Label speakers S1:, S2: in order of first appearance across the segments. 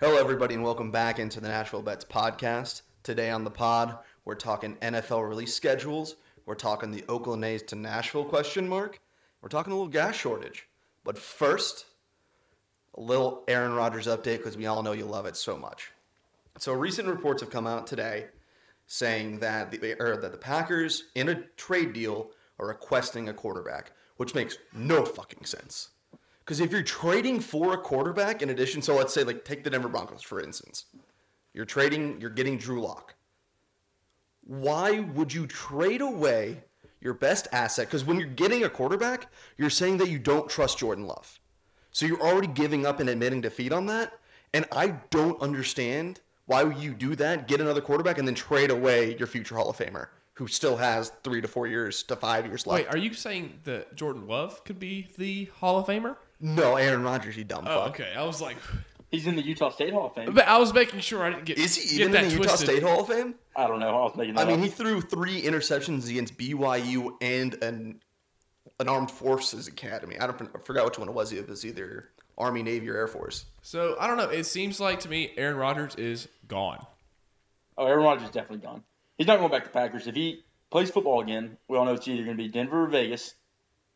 S1: Hello, everybody, and welcome back into the Nashville Bets podcast. Today on the pod, we're talking NFL release schedules. We're talking the Oakland A's to Nashville question mark. We're talking a little gas shortage. But first, a little Aaron Rodgers update because we all know you love it so much. So recent reports have come out today saying that the or that the Packers in a trade deal are requesting a quarterback, which makes no fucking sense. Because if you're trading for a quarterback, in addition, so let's say like take the Denver Broncos for instance, you're trading, you're getting Drew Lock. Why would you trade away your best asset? Because when you're getting a quarterback, you're saying that you don't trust Jordan Love. So you're already giving up and admitting defeat on that. And I don't understand why you do that, get another quarterback, and then trade away your future Hall of Famer who still has three to four years to five years left.
S2: Wait, are you saying that Jordan Love could be the Hall of Famer?
S1: no, Aaron Rodgers, you dumb
S2: Oh,
S1: fuck.
S2: okay. I was like,
S3: He's in the Utah State Hall of Fame.
S2: but I was making sure I didn't get.
S1: Is he
S2: get
S1: even
S2: that
S1: in the Utah
S2: twisted.
S1: State Hall of Fame?
S3: I don't know. I was making
S1: I
S3: that
S1: mean,
S3: up.
S1: he threw three interceptions against BYU and an, an Armed Forces Academy. I don't I forgot which one it was. It was either Army, Navy, or Air Force.
S2: So I don't know. It seems like to me Aaron Rodgers is gone.
S3: Oh, Aaron Rodgers is definitely gone. He's not going back to Packers. If he plays football again, we all know it's either going to be Denver or Vegas.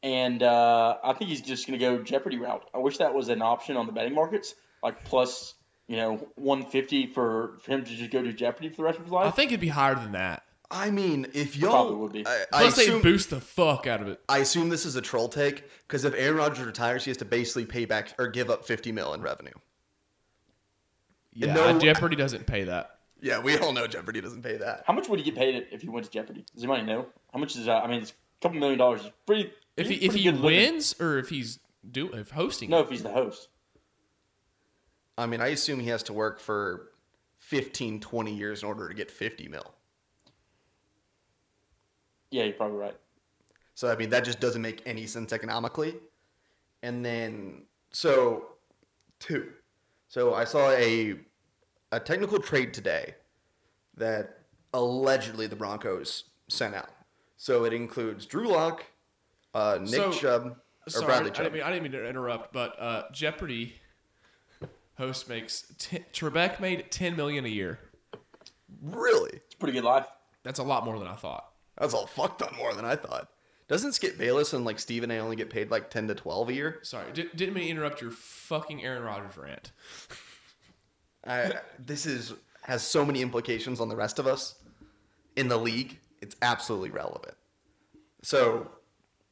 S3: And uh, I think he's just going to go Jeopardy route. I wish that was an option on the betting markets, like plus you know one fifty for, for him to just go to Jeopardy for the rest of his
S2: I
S3: life.
S2: think it'd be higher than that.
S1: I mean, if y'all
S3: Probably would be.
S1: I, I
S2: Plus,
S1: assume,
S2: they boost the fuck out of it.
S1: I assume this is a troll take because if Aaron Rodgers retires, he has to basically pay back or give up fifty mil in revenue.
S2: Yeah,
S1: no-
S2: Jeopardy doesn't pay that.
S1: Yeah, we all know Jeopardy doesn't pay that.
S3: How much would he get paid if he went to Jeopardy? Does anybody know? How much is that? I mean, it's a couple million dollars. It's pretty.
S2: If he
S3: pretty
S2: if he
S3: good living.
S2: wins or if he's do if hosting.
S3: no,
S2: it.
S3: if he's the host.
S1: I mean, I assume he has to work for 15, 20 years in order to get fifty mil.
S3: Yeah, you're probably right.
S1: So I mean that just doesn't make any sense economically. And then so two. So I saw a a technical trade today that allegedly the Broncos sent out. So it includes Drew Lock, uh, Nick
S2: So-
S1: Chubb, or
S2: Sorry,
S1: Bradley
S2: I didn't,
S1: Chubb.
S2: mean, I didn't mean to interrupt, but uh, Jeopardy host makes t- Trebek made ten million a year.
S1: really?
S3: It's a pretty good life.
S2: That's a lot more than I thought.
S1: That's all fucked up more than I thought. Doesn't Skip Bayless and like Steven A only get paid like ten to twelve a year?
S2: Sorry, di- didn't mean to interrupt your fucking Aaron Rodgers rant.
S1: I, this is has so many implications on the rest of us in the league. It's absolutely relevant. So,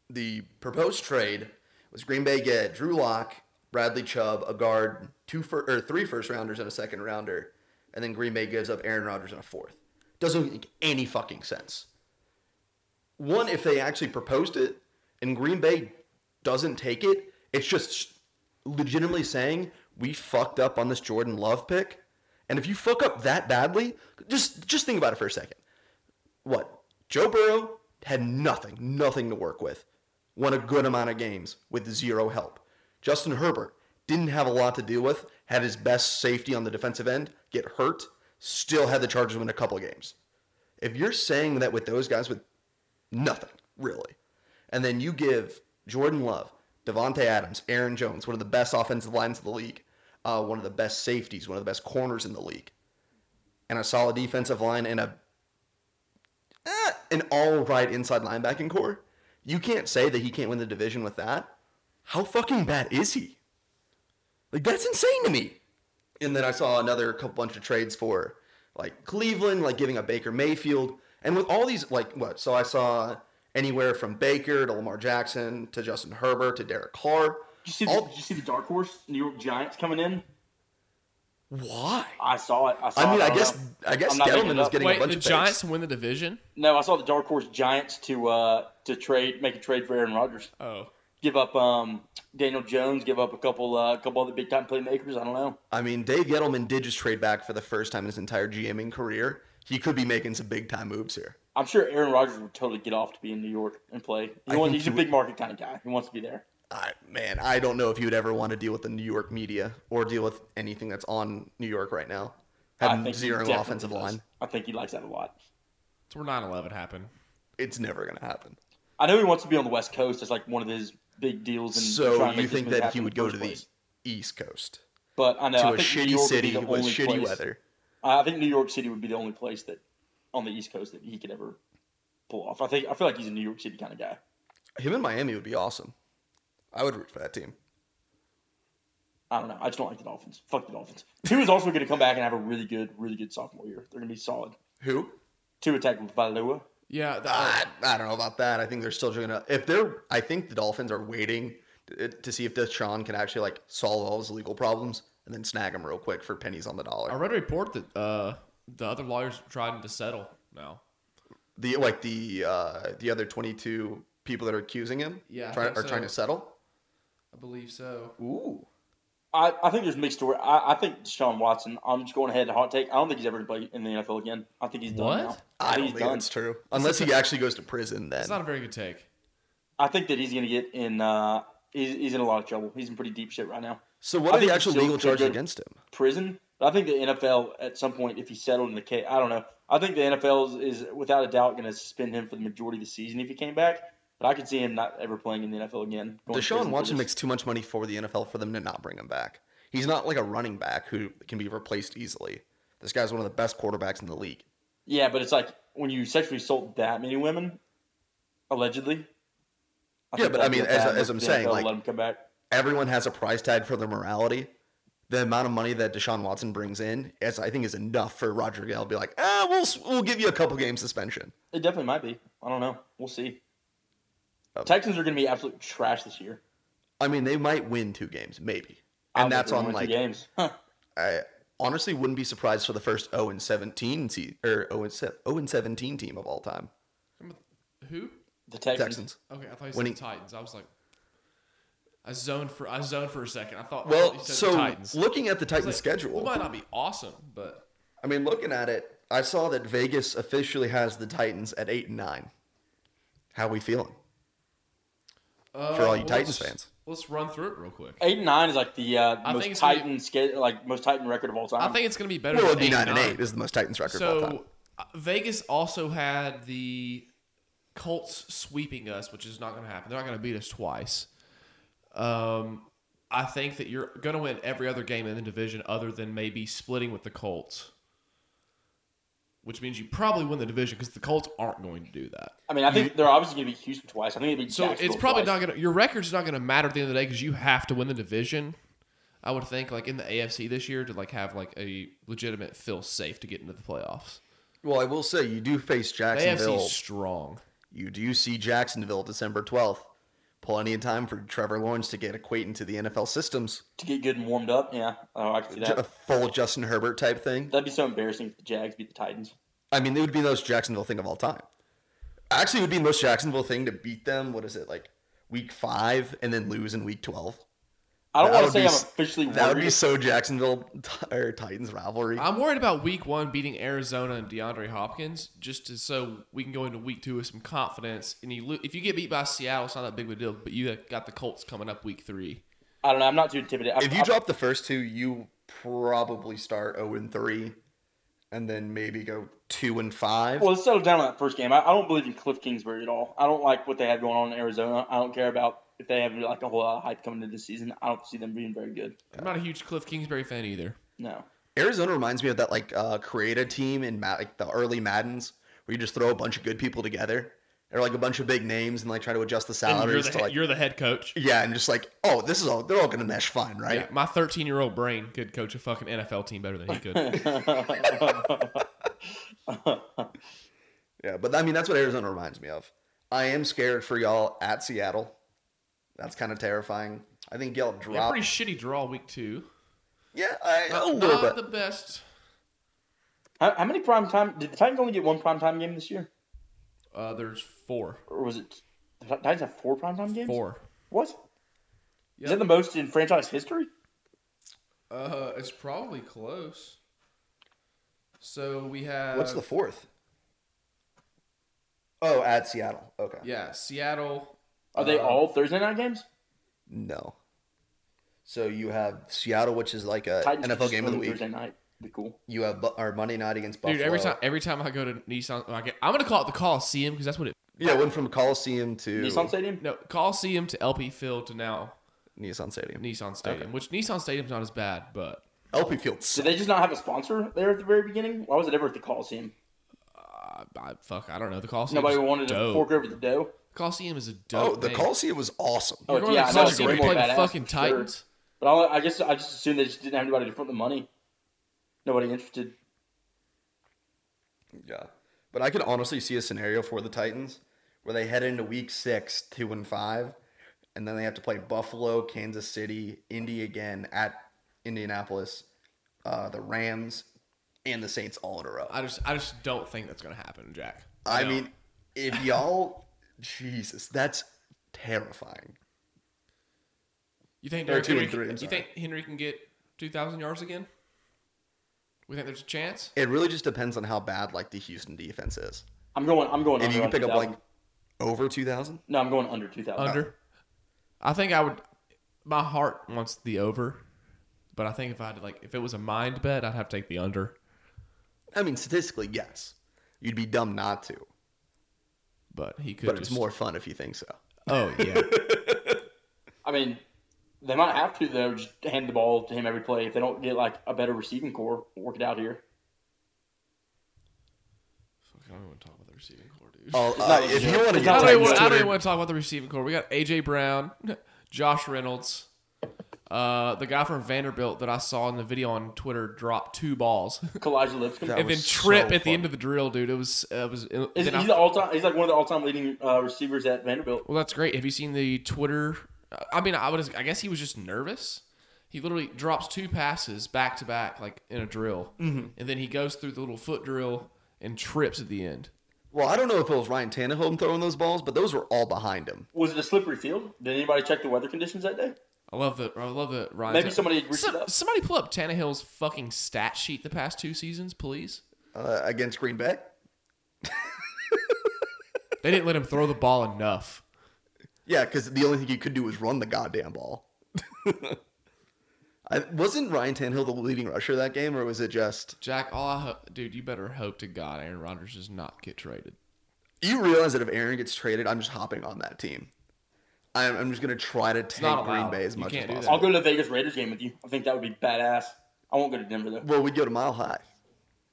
S1: the proposed trade was Green Bay get Drew Lock, Bradley Chubb, a guard, two fir- or three first rounders and a second rounder, and then Green Bay gives up Aaron Rodgers and a fourth. Doesn't make any fucking sense. One, if they actually proposed it and Green Bay doesn't take it, it's just legitimately saying we fucked up on this Jordan Love pick. And if you fuck up that badly, just just think about it for a second. What? Joe Burrow had nothing, nothing to work with. Won a good amount of games with zero help. Justin Herbert didn't have a lot to deal with, had his best safety on the defensive end get hurt, still had the Chargers win a couple of games. If you're saying that with those guys with Nothing, really. And then you give Jordan Love, Devontae Adams, Aaron Jones, one of the best offensive lines of the league, uh, one of the best safeties, one of the best corners in the league, and a solid defensive line and a eh, an all right inside linebacking core. You can't say that he can't win the division with that. How fucking bad is he? Like that's insane to me. And then I saw another couple bunch of trades for like Cleveland, like giving up Baker Mayfield, and with all these like what? So I saw anywhere from Baker to Lamar Jackson to Justin Herbert to Derek Carr.
S3: Did you see? The,
S1: All-
S3: did you see the dark horse New York Giants coming in?
S1: Why?
S3: I saw it. I saw
S1: I mean,
S3: it.
S1: I
S3: don't
S1: guess
S3: know.
S1: I guess
S3: I'm not making
S1: Gettleman
S3: it
S1: was
S3: up.
S1: getting a
S2: Wait,
S1: bunch
S2: the
S1: of
S2: Giants win the division?
S3: No, I saw the dark horse Giants to uh to trade, make a trade for Aaron Rodgers,
S2: Oh,
S3: give up um Daniel Jones, give up a couple uh, a couple other big time playmakers. I don't know.
S1: I mean, Dave Gettleman did just trade back for the first time in his entire GMing career. He could be making some big time moves here.
S3: I'm sure Aaron Rodgers would totally get off to be in New York and play. He
S1: I
S3: wants,
S1: think
S3: he's
S1: he
S3: a big market kind of guy. He wants to be there.
S1: I, man, I don't know if you would ever want to deal with the New York media or deal with anything that's on New York right now.
S3: I
S1: Having
S3: think he
S1: zero
S3: definitely
S1: offensive
S3: does.
S1: line,
S3: I think he likes that a lot.
S2: it's where 9 11 happened.
S1: it's never going to happen.
S3: I know he wants to be on the West Coast. That's like one of his big deals. And
S1: So
S3: trying to
S1: you
S3: make this
S1: think
S3: move
S1: that
S3: happen
S1: he
S3: in
S1: would go
S3: first
S1: to the
S3: place.
S1: East Coast?
S3: But I know
S1: to
S3: I
S1: a
S3: think
S1: shitty
S3: New York would be
S1: city
S3: the
S1: with
S3: only
S1: shitty
S3: place-
S1: weather.
S3: I I think New York City would be the only place that on the East Coast that he could ever pull off. I think I feel like he's a New York City kind of guy.
S1: Him in Miami would be awesome. I would root for that team.
S3: I don't know. I just don't like the Dolphins. Fuck the Dolphins. Two is also going to come back and have a really good, really good sophomore year. They're going to be solid.
S1: Who?
S3: Two attack with Valua.
S2: Yeah, that,
S1: I, I don't know about that. I think they're still going to. If they're, I think the Dolphins are waiting to, to see if Deshaun can actually like solve all his legal problems and then snag him real quick for pennies on the
S2: I
S1: dollar.
S2: read a report that uh, the other lawyers are trying to settle now.
S1: The like the uh, the other twenty two people that are accusing him,
S2: Yeah, I
S1: try, are
S2: think so.
S1: trying to settle.
S2: I believe so.
S1: Ooh,
S3: I, I think there's mixed story. I, I think Deshaun Watson. I'm just going ahead and hot take. I don't think he's ever going to play in the NFL again. I think he's done
S2: What?
S3: now.
S1: I don't
S3: he's
S1: think that's true. Unless he actually goes to prison, then
S2: It's not a very good take.
S3: I think that he's going to get in. Uh, he's, he's in a lot of trouble. He's in pretty deep shit right now.
S1: So what
S3: I
S1: are the
S3: think
S1: actual
S3: he's still
S1: legal charges
S3: triggered.
S1: against him?
S3: Prison. I think the NFL at some point, if he settled in the case, I don't know. I think the NFL is, is without a doubt going to suspend him for the majority of the season if he came back. But I could see him not ever playing in the NFL again. going to prison
S1: Deshaun
S3: for
S1: Watson
S3: this.
S1: makes too much money for the NFL for them to not bring him back. He's not like a running back who can be replaced easily. This guy's one of the best quarterbacks in the league.
S3: Yeah, but it's like when you sexually assault that many women, allegedly.
S1: Yeah,
S3: think
S1: but
S3: that'd
S1: I mean,
S3: be a
S1: as-
S3: bad
S1: as
S3: look
S1: I'm
S3: for the
S1: saying,
S3: NFL,
S1: like-
S3: let him come back.
S1: Everyone has a price tag for their morality. The amount of money that Deshaun Watson brings in, is, I think, is enough for Roger Goodell to be like, ah, we'll we'll give you a couple game suspension.
S3: It definitely might be. I don't know. We'll see.
S1: Um,
S3: Texans are going to be absolute trash this year.
S1: I mean, they might win two games, maybe,
S3: I
S1: and
S3: don't
S1: that's
S3: think
S1: on
S3: they're
S1: like
S3: gonna win two games. Huh.
S1: I honestly wouldn't be surprised for the first 0 and 17 se- or 0 and, se- 0 and 17 team of all time,
S2: Who?
S3: the Texans.
S1: Texans.
S2: Okay, I thought you said
S1: Winning-
S2: the Titans. I was like, I zoned for I zoned for a second. I thought I thought
S1: Well,
S2: you said the
S1: so
S2: Titans.
S1: looking at the Titans'
S2: It's like,
S1: schedule,
S2: It might not be awesome, but
S1: I mean, looking at it, I saw that Vegas officially has the Titans at eight and nine. How we feeling?
S2: uh,
S1: For all you
S2: well,
S1: Titans
S2: let's-
S1: fans.
S2: Let's run through it real quick.
S3: Eight and nine is like the uh,
S2: I think
S3: most
S2: it's gonna be-
S3: Titan sca- like most Titan record of all time.
S2: I think it's gonna be better.
S1: Well, it'd
S2: than
S1: be
S2: eight
S1: nine and eight. This is the most Titans record of all time.
S2: So uh, Vegas also had the Colts sweeping us, which is not going to happen. They're not going to beat us twice. Um, I think that you're going to win every other game in the division, other than maybe splitting with the Colts, which means you probably win the division because the Colts aren't going to do that.
S3: I mean, I think they're obviously going to be Houston twice. I think it'd be
S2: So
S3: Jacksonville
S2: it's probably
S3: twice.
S2: not going to your record's not going to matter at the end of the day because you have to win the division. I would think like in the AFC this year to like have like a legitimate feel safe to get into the playoffs.
S1: well, I will say you do face
S2: The AFC
S1: Jacksonville.
S2: is strong.
S1: You do see Jacksonville December twelfth. Plenty of time for Trevor Lawrence to get acquainted to the NFL systems.
S3: to get good and warmed up. Yeah, oh, I can see
S1: Ju- A
S3: that.
S1: full Justin Herbert type thing.
S3: That'd be so embarrassing if the Jags beat the Titans.
S1: I mean, it would be the most Jacksonville thing of all time. Actually, it would be the most Jacksonville thing to beat them. What is it like? Week five and then lose in week twelve.
S3: I don't
S1: That would
S3: want to say
S1: be
S3: I'm
S1: s-
S3: officially
S1: That would
S3: worried.
S1: be so Jacksonville or Titans rivalry.
S2: I'm worried about week one beating Arizona and DeAndre Hopkins just to, so we can go into week two with some confidence. And you, lo- if you get beat by Seattle, it's not that big of a deal. But you got the Colts coming up week three.
S3: I don't know. I'm not too intimidated. I,
S1: if
S3: I-
S1: you drop the first two, you probably start 0 and 3 and then maybe go 2 and 5.
S3: Well, let's settle down on that first game. I, I don't believe in Cliff Kingsbury at all. I don't like what they have going on in Arizona. I don't care about if they have like a whole lot of hype coming into this season. I don't see them being very good.
S2: I'm not a huge Cliff Kingsbury fan either.
S3: No.
S1: Arizona reminds me of that like uh create a team in Ma- like the early Maddens where you just throw a bunch of good people together. They're like a bunch of big names and like try to adjust the
S2: you're,
S1: salaries to
S2: the,
S1: like
S2: head coach.
S1: yeah, and just like oh, this is all they're all gonna mesh fine, right?
S2: Yeah, my 13 year old brain could coach a fucking NFL team better than he could.
S1: Yeah, but I mean that's what Arizona reminds me of. I am scared for y'all at Seattle. That's kind of terrifying. I think y'all
S2: yeah,
S1: drop.
S2: pretty shitty draw week two.
S1: Yeah, I, a
S2: Not,
S1: little
S2: not
S1: bit.
S2: the best.
S3: how, how many prime time did the Titans only get one prime time game this year,
S2: Uh, there's four,
S3: or was it the Titans have four prime time games?
S2: four.
S3: What? Is
S2: Yeah.
S3: that the most in franchise history?
S2: Uh, it's probably close. So we have
S1: What's the fourth? Oh, at Seattle. Okay.
S2: Yeah, Seattle.
S3: Are they
S2: Uh,
S3: all Thursday night games?
S1: No. So you have Seattle, which is like a
S3: Titans
S1: NFL
S3: just
S1: game of the
S3: win
S1: week.
S3: Thursday night. Be cool.
S1: You have Bu- our Monday night against Buffalo.
S2: Dude, every time every time I go to Nissan, I get, I'm gonna call it the Coliseum because that's what it.
S1: Yeah, it went from Coliseum to
S3: Nissan Stadium.
S2: No, Coliseum to LP Field to now
S1: Nissan Stadium.
S2: Nissan Stadium, which Nissan Stadium's not as bad, but
S1: LP Field.
S3: Did they just not have a sponsor there at the very beginning? Why was it ever at the Coliseum?
S2: I, uh, I, fuck, I don't know. The Coliseum.
S3: Nobody
S2: is
S3: wanted to
S2: dope.
S3: fork over the dough.
S2: Coliseum is a dope.
S1: Oh, the
S2: name.
S1: Coliseum was awesome.
S3: Oh,
S2: You're going
S3: yeah,
S2: to
S3: I
S2: the
S3: know, it's
S2: Coliseum
S3: way
S2: to
S3: more
S2: play the
S3: badass,
S2: fucking
S3: for sure.
S2: Titans.
S3: But I'll, I guess I just assumed they just didn't have anybody to front the money. Nobody interested.
S1: Yeah. But I could honestly see a scenario for the Titans where they head into week six, two and five, and then they have to play Buffalo, Kansas City, Indy again at Indianapolis, uh, the Rams, and the Saints all in a row.
S2: I just, I just don't think that's gonna happen, Jack.
S1: I
S2: don't.
S1: mean, if y'all, Jesus, that's terrifying.
S2: you think
S1: or
S2: Derrick
S1: two and
S2: Henry,
S1: three, I'm
S2: You
S1: sorry.
S2: think Henry can get two thousand yards again? We think there's a chance.
S1: It really just depends on how bad like the Houston defense is.
S3: I'm going. I'm going.
S1: If
S3: under
S1: you can
S3: on
S1: pick up
S3: 2000.
S1: like over two thousand,
S3: No, I'm going under two thousand.
S2: Under. I think I would. My heart wants the over, but I think if I had to, like, if it was a mind bet, I'd have to take the under.
S1: I mean statistically, yes, you'd be dumb not to.
S2: But he could.
S1: But
S2: just,
S1: it's more fun if you think so.
S2: Oh yeah.
S3: I mean, they might have to though. Just hand the ball to him every play if they don't get like a better receiving core. Work it out here.
S2: Fuck, I don't even want to talk about the receiving core, dude.
S1: Oh,
S3: It's
S1: uh,
S3: not-
S1: if you want to
S3: it's
S1: get
S2: I
S3: not
S2: don't, even
S1: Titans
S2: want, I don't
S1: Twitter,
S2: even want to talk about the receiving core. We got AJ Brown, Josh Reynolds, uh, the guy from Vanderbilt that I saw in the video on Twitter drop two balls
S3: Kalijah Lipscomb.
S1: That
S2: and then
S1: was so
S2: trip at the
S1: funny.
S2: end of the drill, dude. It was uh, it was. it-
S3: Is,
S2: then I-
S3: he's the all-time. He's like one of the all-time leading uh, receivers at Vanderbilt.
S2: well, that's great. Have you seen the Twitter? I mean, I would. I guess he was just nervous. He literally drops two passes back to back, like in a drill,
S3: Mm-hmm.
S2: and then he goes through the little foot drill and trips at the end.
S1: Well, I don't know if it was Ryan Tannehill throwing those balls, but those were all behind him.
S3: Was it a slippery field? Did anybody check the weather conditions that day?
S2: I love the I love the Ryan.
S3: Maybe
S2: Tan-
S3: somebody reached
S2: Some-
S3: it up.
S2: somebody pull up Tannehill's fucking stat sheet the past two seasons, please.
S1: Uh, against Green Bay,
S2: They didn't let him throw the ball enough.
S1: yeah, because the only thing you could do was run the goddamn ball. I, wasn't Ryan Tannehill the leading rusher that game, or was it just
S2: Jack, all I ho- dude, you better hope to God Aaron Rodgers does not get traded.
S1: you realize that if Aaron gets traded, I'm just hopping on that team. I'm, I'm just gonna try to
S2: not
S1: tank Green
S2: allowed.
S1: Bay as
S2: You
S1: much as
S2: can't do that.
S3: I'll
S1: possible.
S3: go to the Vegas Raiders game with you. I think that would be badass. I won't go to Denver though.
S1: Well, we'd go to Mile High.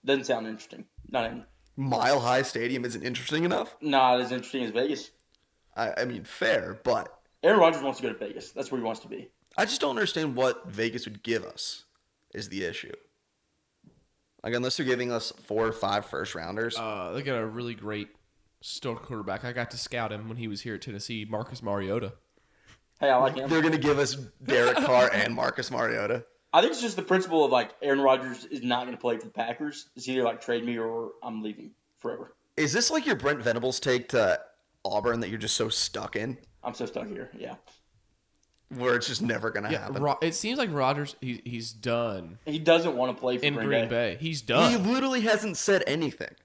S3: Doesn't sound interesting. Not even,
S1: Mile High Stadium isn't interesting enough.
S3: not as interesting as Vegas.
S1: I, I mean, fair, but
S3: Aaron Rodgers wants to go to Vegas. That's where he wants to be.
S1: I just don't understand what Vegas would give us is the issue. Like unless they're giving us four or five first rounders.
S2: Uh, they got a really great star quarterback. I got to scout him when he was here at Tennessee, Marcus Mariota.
S3: Hey, I like him.
S1: they're gonna give us Derek Carr and Marcus Mariota.
S3: I think it's just the principle of like Aaron Rodgers is not going to play for the Packers. It's either like trade me or I'm leaving forever.
S1: Is this like your Brent Venables take to Auburn that you're just so stuck in,
S3: I'm so stuck here. Yeah,
S1: where it's just never gonna
S2: Yeah,
S1: happen?
S2: Ro- it seems like Rodgers he, he's done
S3: he doesn't want to play for
S2: in
S3: Green, Bay.
S2: He's
S1: He
S2: done.
S1: literally hasn't said anything.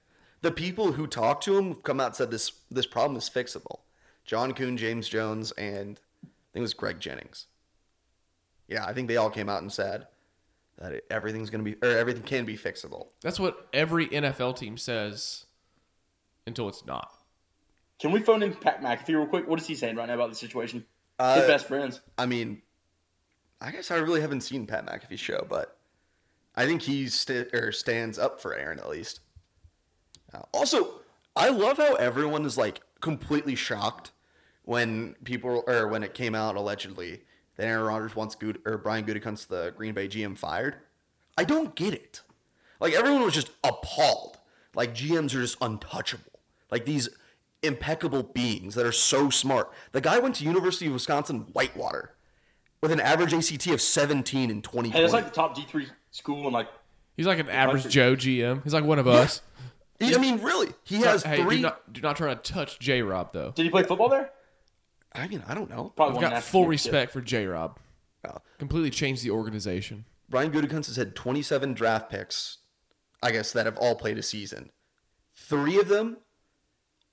S1: The people who talked to him have come out and said this this problem is fixable. John Kuhn, James Jones, and I think it was Greg Jennings. Yeah, I think they all came out and said that it, everything's gonna be or everything can be fixable.
S2: That's what every NFL team says until it's not.
S3: Can we phone in Pat McAfee real quick? What is he saying right now about the situation?
S1: Uh,
S3: They're best friends.
S1: I mean, I guess I really haven't seen Pat McAfee's show, but I think he st- or stands up for Aaron at least. Uh, also, I love how everyone is like completely shocked when people or when it came out allegedly that Aaron Rodgers wants Good or Brian Gutekunst, the Green Bay GM, fired. I don't get it. Like everyone was just appalled. Like GMs are just untouchable. Like these impeccable beings that are so smart. The guy went to University of Wisconsin Whitewater with an average ACT of 17 in 2020.
S3: Hey, that's like the top D three school and like
S2: He's like an average Joe GM. He's like one of us.
S1: He- I mean, really, he has
S2: hey,
S1: three.
S2: do not do not try to touch J Rob though.
S3: did he play football there?
S1: I mean, I don't know.
S2: I've
S3: Probably won a
S2: got
S3: national
S2: full
S3: championship.
S2: respect for J Rob.
S1: Uh,
S2: Completely changed the organization.
S1: Brian Gutekunst has had 27 draft picks, I guess, that have all played a season. Three of them,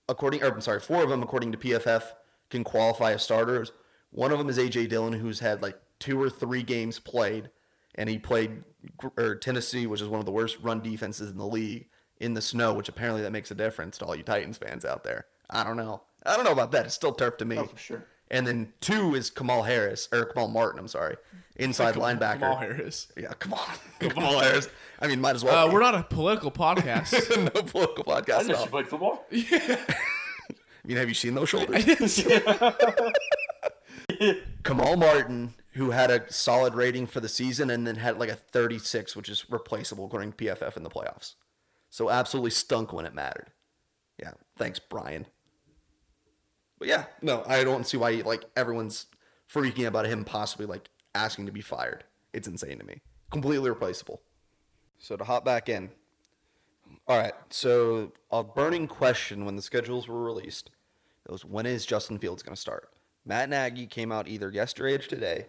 S1: according, or I'm sorry, four of them, according to PFF, can qualify as starters. One of them is AJ Dillon, who's had like two or three games played, and he played gr- or Tennessee, which is one of the worst run defenses in the league, in the snow, which apparently that makes a difference to all you Titans fans out there. I don't know. I don't know about that. It's still turf to me.
S3: Oh, for sure.
S1: and then two is Kamal Harris or Kamal Martin. I'm sorry, inside linebacker.
S2: Kamal Harris.
S1: Yeah, come on, Kamal Harris. I mean, might as well.
S2: Uh,
S1: be.
S2: we're not a political podcast.
S1: no political
S3: I
S1: podcast.
S3: didn't know
S1: At all.
S3: she played football.
S1: I mean, have you seen those shoulders?
S2: That's
S1: Kamal Martin, who had a solid rating for the season and then had like a 36, which is replaceable according to PFF in the playoffs. So absolutely stunk when it mattered. Yeah, thanks, Brian. But yeah, no, I don't see why like everyone's freaking about him possibly like asking to be fired. It's insane to me. Completely replaceable. So to hop back in. All right, so a burning question when the schedules were released was when is Justin Fields going to start? Matt Nagy came out either yesterday or today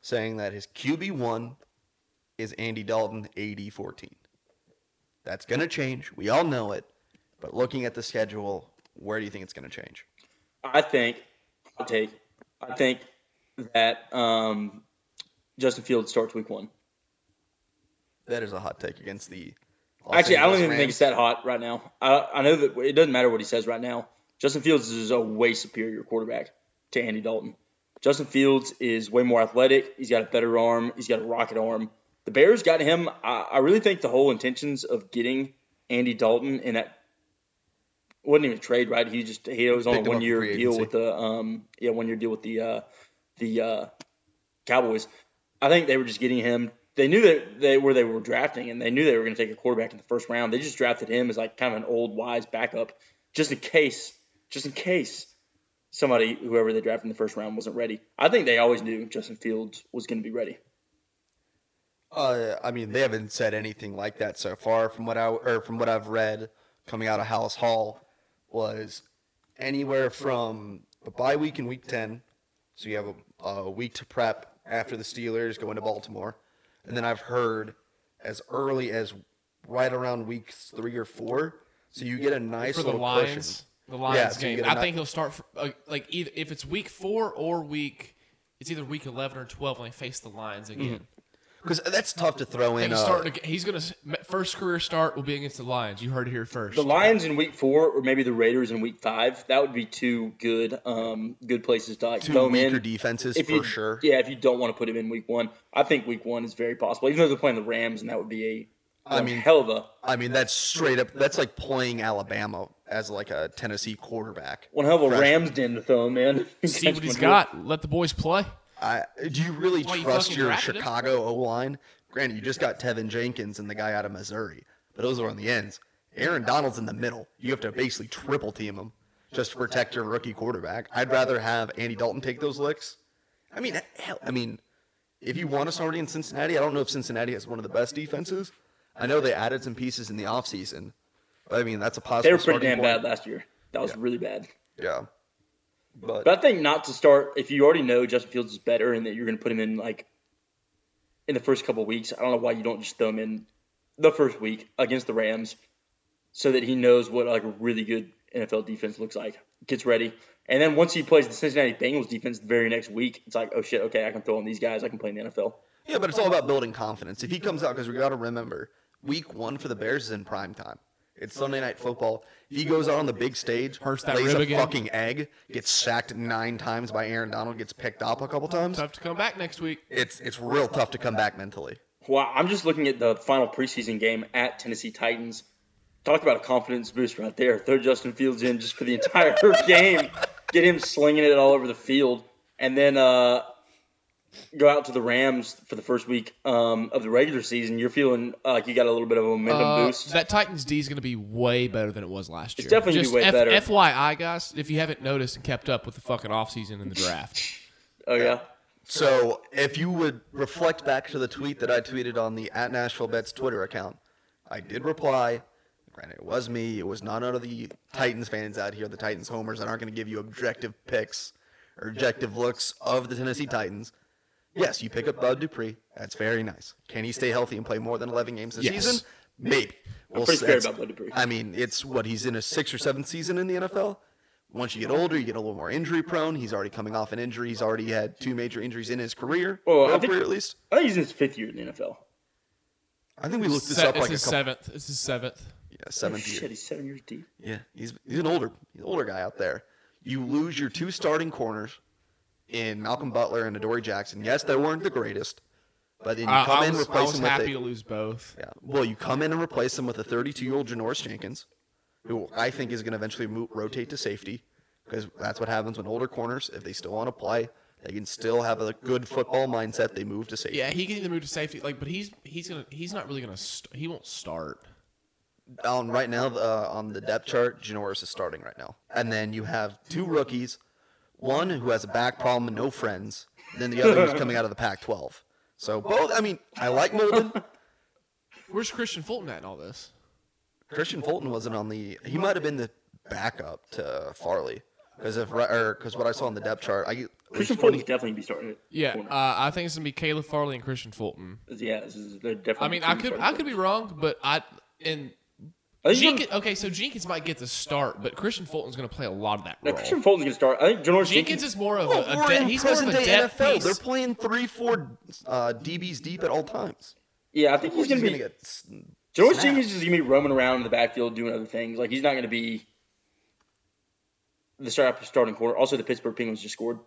S1: saying that his QB1 is Andy Dalton AD14. That's going to change. We all know it. But looking at the schedule, where do you think it's going to change?
S3: I think I take I think that um, Justin Fields starts week one.
S1: That is a hot take against the. Los
S3: Actually, I don't
S1: Angeles
S3: even think
S1: Rams.
S3: it's that hot right now. I, I know that it doesn't matter what he says right now. Justin Fields is a way superior quarterback to Andy Dalton. Justin Fields is way more athletic. He's got a better arm. He's got a rocket arm. The Bears got him. I, I really think the whole intentions of getting Andy Dalton in that wasn't even a trade, right? He just he was on a
S1: Picked him up
S3: one year
S1: in free
S3: deal
S1: agency.
S3: with the um yeah one year deal with the uh, the uh, Cowboys. I think they were just getting him. They knew that they where they were drafting, and they knew they were going to take a quarterback in the first round. They just drafted him as like kind of an old wise backup, just in case, just in case somebody whoever they drafted in the first round wasn't ready. I think they always knew Justin Fields was going to be ready.
S1: Uh, I mean, they haven't said anything like that so far. From what I or from what I've read coming out of House Hall, was anywhere from the bye week in week ten, so you have a, a week to prep after the Steelers going to Baltimore, and then I've heard as early as right around weeks three or four, so you get a nice
S2: for the
S1: little
S2: Lions. The Lions
S1: Yeah, so you
S2: game.
S1: get a
S2: I
S1: ni-
S2: think he'll start for, uh, like either if it's week four or week. It's either week eleven or twelve when they face the Lions again.
S1: because that's tough to throw
S2: I
S1: in. Mm-hmm.
S2: think
S1: Uh,
S2: he's starting. To, he's gonna s- first career start will be against the Lions. You heard it here first.
S3: The Lions in week four, or maybe the Raiders in week five. That would be two good, um, good places to like
S1: two
S3: throw him
S1: weaker
S3: in.
S1: defenses
S3: if
S1: for
S3: you,
S1: sure.
S3: Yeah, if you don't want to put him in week one, I think week one is very possible. Even though they're playing the Rams, and that would be a
S1: I mean-
S3: hell of a
S1: I mean, that's straight up. That's like playing Alabama as like a Tennessee quarterback.
S3: one hell of a
S1: Fresh.
S3: Rams den to throw him in.
S2: See what he's got. Let the boys play.
S1: I, do you really
S2: Why you
S1: trust
S2: fucking
S1: your
S2: drafted him?
S1: Chicago O line? Granted, you just got Tevin Jenkins and the guy out of Missouri, but those are on the ends. Aaron Donald's in the middle. You have to basically triple team him just to protect your rookie quarterback. I'd rather have Andy Dalton take those licks. I mean, hell, I mean, if you want to start in Cincinnati, I don't know if Cincinnati has one of the best defenses. I know they added some pieces in the offseason, but I mean, that's a possible.
S3: They were pretty
S1: starting
S3: damn
S1: point.
S3: bad last year. That was really bad.
S1: Yeah. But,
S3: But I think not to start if you already know Justin Fields is better and that you're going to put him in like in the first couple of weeks. I don't know why you don't just throw him in the first week against the Rams so that he knows what like a really good NFL defense looks like. Gets ready. And then once he plays the Cincinnati Bengals defense the very next week, it's like, oh shit, okay, I can throw on these guys. I can play in the NFL.
S1: Yeah, but it's all about building confidence. If he comes out, because we got to remember, week one for the Bears is in prime time. It's Sunday night football. If he goes out on the big stage,
S2: Hurts that
S1: lays
S2: rib
S1: a
S2: again.
S1: fucking egg, gets sacked nine times by Aaron Donald, gets picked up a couple times.
S2: Tough to come back next week.
S1: It's it's real tough to come back mentally.
S3: Wow, I'm just looking at the final preseason game at Tennessee Titans. Talk about a confidence boost right there. Throw Justin Fields in just for the entire game. Get him slinging it all over the field, and then uh, go out to the Rams for the first week um, of the regular season. You're feeling uh, like you got a little bit of a momentum
S2: Uh,
S3: boost.
S2: that Titans D is going to be way better than it was last year.
S3: definitely gonna be
S2: Just
S3: way better.
S2: FYI, guys, if you haven't noticed and kept up with the fucking offseason and the draft,
S3: oh yeah,
S1: So if you would reflect back to the tweet that I tweeted on the at Nashville Bets Twitter account, I did reply. Granted, it was me. It was not none of the Titans fans out here, the Titans homers that aren't going to give you objective picks or objective looks of the Tennessee Titans. Yes, you pick up Bud Dupree. That's very nice. Can he stay healthy and play more than 11 games this
S2: Yes.
S1: season? Maybe. We'll
S3: pretty
S1: see-
S3: scared
S1: that's-
S3: about Bud Dupree.
S1: I mean, it's what he's in a sixth or seventh season in the NFL. Once you get older, you get a little more injury prone. He's already coming off an injury. He's already had two major injuries in his career.
S3: Well, I
S1: Pro
S3: think-
S1: career at least.
S3: I think he's in his fifth year in the NFL.
S1: I think we looked this
S2: Se-
S1: up
S2: it's
S1: like a
S2: his
S1: couple,
S2: seventh. It's his seventh.
S1: yeah,
S3: Oh,
S1: seventh year.
S3: shit, he's seven years deep.
S1: Yeah, he's he's an older he's an older guy out there. You lose your two starting corners, in Malcolm Butler and Adoree Jackson. Yes, they weren't the greatest, but then you
S2: I,
S1: come
S2: I
S1: in and
S2: was, I
S1: replace
S2: was
S1: them with
S2: happy
S1: a,
S2: to lose both.
S1: yeah. Well, you come in and replace them with a 32-year-old Janoris Jenkins, who I think is going to eventually mo- rotate to safety because that's what happens when older corners, if they still want to play, they can still have a good football mindset. They move to safety.
S2: Yeah, he can either move to safety, like, but he's he's gonna he's not really gonna st- he won't start.
S1: on right now uh, on the depth chart, Janoris is starting right now, and then you have two rookies, one who has a back problem and no friends, then the other who's coming out of the Pac-12. So both, I mean, I like Molden.
S2: Where's Christian Fulton at in all this?
S1: Christian Fulton wasn't on the. He might have been the backup to Farley, because if or because what I saw on the depth chart, I
S3: Christian Fulton's definitely gonna be starting. at
S2: Yeah,
S3: corner.
S2: uh, I think it's gonna be Caleb Farley and Christian Fulton.
S3: yeah. This is, they're definitely.
S2: I mean, I could I could be wrong, but I and
S3: I think
S2: Jenkins. Okay, so Jenkins might get the start, but Christian Fulton's gonna play a lot of that
S3: now,
S2: role.
S3: Christian Fulton's gonna start. I think Janoris
S2: Jenkins
S3: Jenkins.
S2: is more of a,
S1: Well,
S2: a
S1: we're
S2: de-
S1: in
S2: he's more of a
S1: present day
S2: depth
S1: NFL. They're
S2: piece.
S1: playing three, four uh, DBs deep at all times.
S3: Yeah, I think he's gonna
S1: He's
S3: be.
S1: gonna get s-
S3: Janoris
S1: snapped.
S3: Jenkins is gonna be roaming around in the backfield doing other things. Like he's not gonna be the start starting quarter. Also, the Pittsburgh Penguins just scored.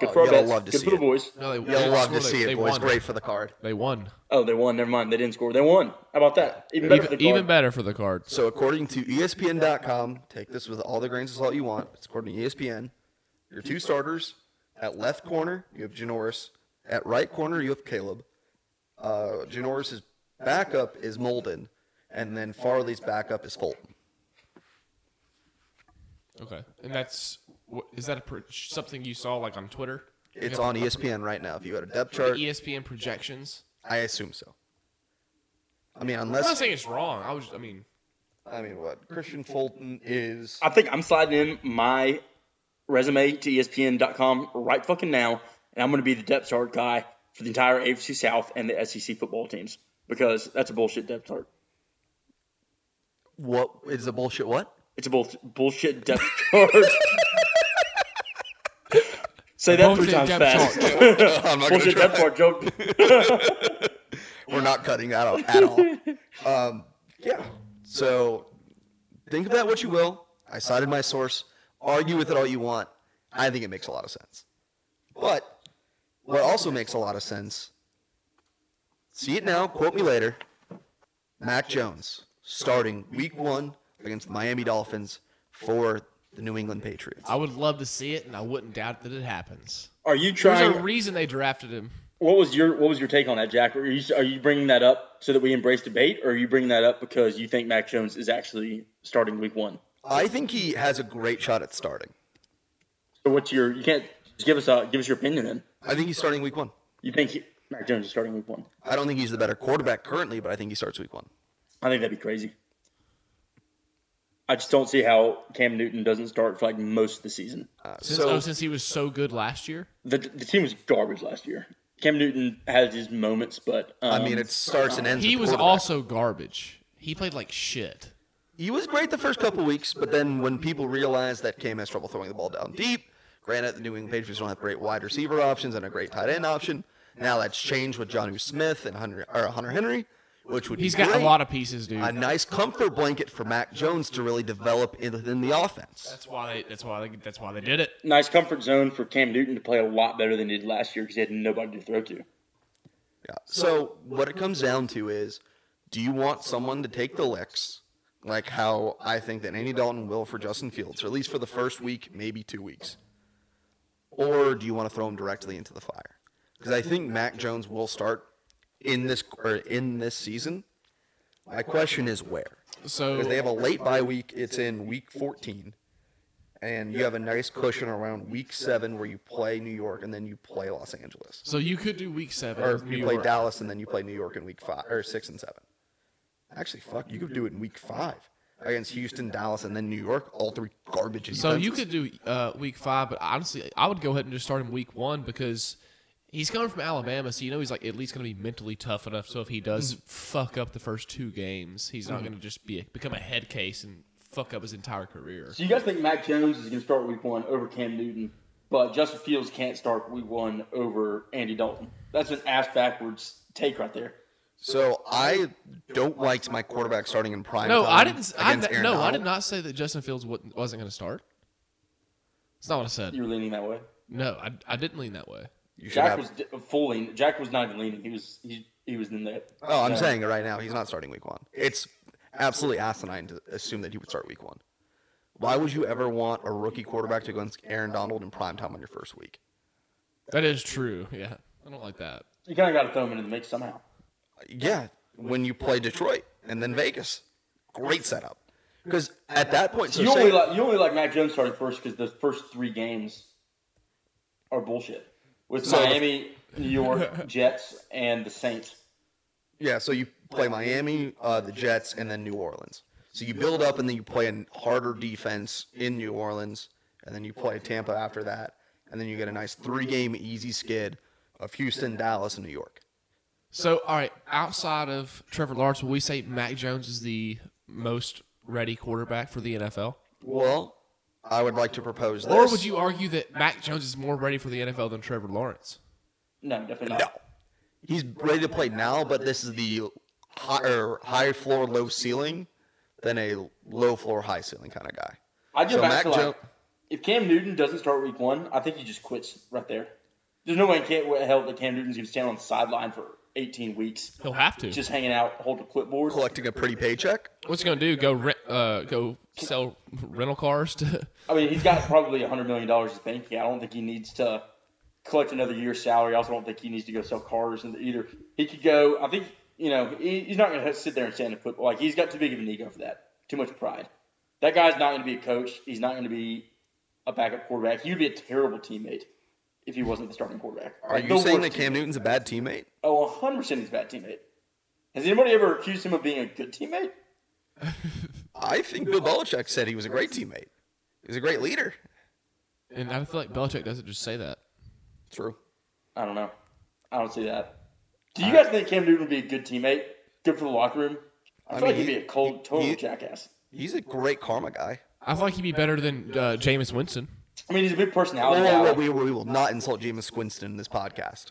S3: Good
S1: Oh,
S3: for our
S1: you gotta
S3: bets.
S1: love to
S3: Good
S1: see
S3: for the
S1: it.
S3: boys.
S2: No, they, they
S1: You'll love
S2: scored,
S1: to see
S2: they
S1: it, boys.
S2: Won.
S1: Great for the card.
S2: They won.
S3: Oh, they won. Never mind. They didn't score. They won. How about that? Even better. for
S2: Even,
S3: the
S2: even
S3: Cardinals.
S2: better for the Cards.
S1: So according to E ESPN.com, take this with all the grains of salt you want. It's according to E ESPN. Your two starters at left corner, you have Janoris. At right corner, you have Caleb. Uh, Janoris's backup is Molden, and then Farley's backup is Fulton.
S2: Okay, and that's wh- is that a pro- something you saw like E on Twitter?
S1: It's on E ESPN right now. If you had a depth
S2: The
S1: chart,
S2: ESPN projections.
S1: I assume so. I mean,
S2: I'm not
S1: unless
S2: saying it's wrong. I was, I mean,
S1: I mean, what Christian Fulton is
S3: I think I'm sliding in my resume to E ESPN.com right fucking now, and I'm going to be the depth chart guy for the entire AFC South and the SEC football teams because that's a bullshit depth chart.
S1: what is a bullshit? What?
S3: It's a bull- bullshit depth chart. Say that three
S2: Bullshit
S3: times
S2: depth
S3: fast.
S1: I'm not
S3: bullshit depth chart joke.
S1: We're not cutting that out at all. Um, yeah. So think of that what you will. I cited my source. Argue with it all you want. I think it makes a lot of sense. But what also makes a lot of sense, see it now, quote me later. Mac Jones starting week one against the Miami Dolphins for the New England Patriots.
S2: I would love to see it, and I wouldn't doubt that it happens.
S3: Are you
S2: There's
S3: trying?
S2: a reason they drafted him.
S3: what was your What was your take on that, Jack? Are you Are you bringing that up so that we embrace debate, or are you bringing that up because you think Mac Jones is actually starting Week One?
S1: I think he has a great shot at starting.
S3: So what's your? You can't just give us a give us your opinion then.
S1: I think he's starting week one.
S3: You think he, Mac Jones is starting Week One?
S1: I don't think he's the better quarterback currently, but I think he starts week one.
S3: I think that'd be crazy. I just don't see how Cam Newton doesn't start for like most of the season.
S1: Uh,
S2: Since,
S1: so
S2: oh, since he was so good last year.
S3: The the team was garbage last year. Cam Newton has his moments, but um,
S1: I mean, it starts and ends.
S2: He
S1: with
S2: was
S1: quarterback.
S2: also garbage. He played like shit.
S1: He was great the first couple weeks, but then when people realized that Cam has trouble throwing the ball down deep, granted the New England Patriots don't have great wide receiver options and a great tight end option. Now that's changed with Johnny Smith and Hunter or Hunter Henry, which would
S2: He's
S1: be
S2: got a
S1: great.
S2: lot of pieces, dude.
S1: a nice comfort blanket for Mac Jones to really develop in- within the offense.
S2: That's why. They, that's why. They, that's why they did it.
S3: nice comfort zone for Cam Newton to play a lot better than he did last year because he had nobody to throw to.
S1: Yeah. So what it comes down to is, do you want someone to take the licks, like how I think that Andy Dalton will for Justin Fields, or at least for the first week, maybe two weeks, or do you want to throw him directly into the fire? Because I think Mac Jones will start in this or in this season. My question is where,
S2: So
S1: because they have a late bye week. It's in week 14, and you have a nice cushion around week seven where you play New York and then you play Los Angeles
S2: So you could do week seven.
S1: or
S2: with New
S1: you play
S2: York.
S1: Dallas and then you play New York in week five or six and seven. Actually, fuck, you could do it in week five against Houston, Dallas, and then New York. All three garbage.
S2: So you
S1: defenses.
S2: could do uh, week five, but honestly, I would go ahead and just start him week one because he's coming from Alabama, so you know he's like at least going to be mentally tough enough. So if he does
S1: Mm-hmm.
S2: fuck up the first two games, he's not going to just be become a head case and fuck up his entire career.
S3: So you guys think Mac Jones is going to start Week One over Cam Newton, but Justin Fields can't start Week One over Andy Dalton? That's an ass backwards take right there.
S1: So I don't like my quarterback starting in prime.
S2: No,
S1: time
S2: I didn't. s- I,
S1: against
S2: ne-
S1: Aaron
S2: no, I did
S1: Donald.
S2: not say that Justin Fields wa- wasn't going to start. That's not what I said.
S3: You're leaning that way.
S2: No, I, I didn't lean that way.
S1: You should
S3: Jack
S1: have-
S3: was d- full lean. Jack was not even leaning. He was he, he was in that.
S1: Oh, I'm
S3: uh,
S1: saying it right now. He's not starting week one. It's absolutely asinine to assume that he would start week one. Why would you ever want a rookie quarterback to go against Aaron Donald in prime time on your first week?
S2: That is true. Yeah, I don't like that.
S3: You kind of got to throw him into the mix somehow.
S1: Yeah, when you play Detroit and then Vegas. Great setup. Because at that point, so
S3: you only
S1: say,
S3: like you only like Mac Jones starting first because the first three games are bullshit with
S1: So-
S3: Miami, New York Jets, and the Saints.
S1: yeah, so you play Miami, uh, the Jets, and then New Orleans. So you build up and then you play a harder defense in New Orleans, and then you play Tampa after that, and then you get a nice three game easy skid of Houston, Dallas, and New York.
S2: So, all right, outside of Trevor Lawrence, will we say Mac Jones is the most ready quarterback for the NFL?
S1: Well, I would like to propose this.
S2: Or would you argue that Mac Jones is more ready for the NFL than Trevor Lawrence?
S3: No, definitely
S1: No.
S3: not.
S1: He's ready to play now, but this is the higher high floor, low ceiling than a low floor, high ceiling kind of guy.
S3: I go
S1: So
S3: back
S1: Mac
S3: to like,
S1: Jo-
S3: if Cam Newton doesn't start Week One, I think he just quits right there. There's no way in Cam, hell that Cam Newton's going to stand on the sideline for 18 weeks,
S2: He'll have to.
S3: just hanging out, holding a clipboard.
S1: Collecting a pretty paycheck.
S2: What's he gonna do? Go rent? Uh, go sell rental cars to?
S3: I mean, he's got probably hundred million dollars in his bank account. I don't think he needs to collect another year's salary. I also don't think he needs to go sell cars and either. He could go. I think you know he, he's not going to sit there and stand and put like he's got too big of an ego for that. Too much pride. That guy's not going to be a coach. He's not going to be a backup quarterback. He'd be a terrible teammate if he wasn't the starting quarterback.
S1: Are
S3: Like,
S1: you
S3: the
S1: saying that
S3: worst
S1: Cam
S3: teammate.
S1: Newton's a bad teammate?
S3: Oh, 100 percent he's a bad teammate. Has anybody ever accused him of being a good teammate?
S1: I think Bill Belichick said he was a great teammate. He was a great leader.
S2: And I feel like Belichick doesn't just say that.
S1: True.
S3: I don't know. I don't see that. Do you guys think Cam Newton would be a good teammate? Good for the locker room? I,
S1: I
S3: feel
S1: mean,
S3: like he'd
S1: he-
S3: be a cold, total
S1: he-
S3: jackass.
S1: He's a great karma guy.
S2: I feel like he'd be better than uh, Jameis Winston.
S3: I mean, he's a big
S1: Whoa,
S3: personality.
S1: whoa, whoa,
S3: guy.
S1: we, we will not insult Jameis Winston in this podcast.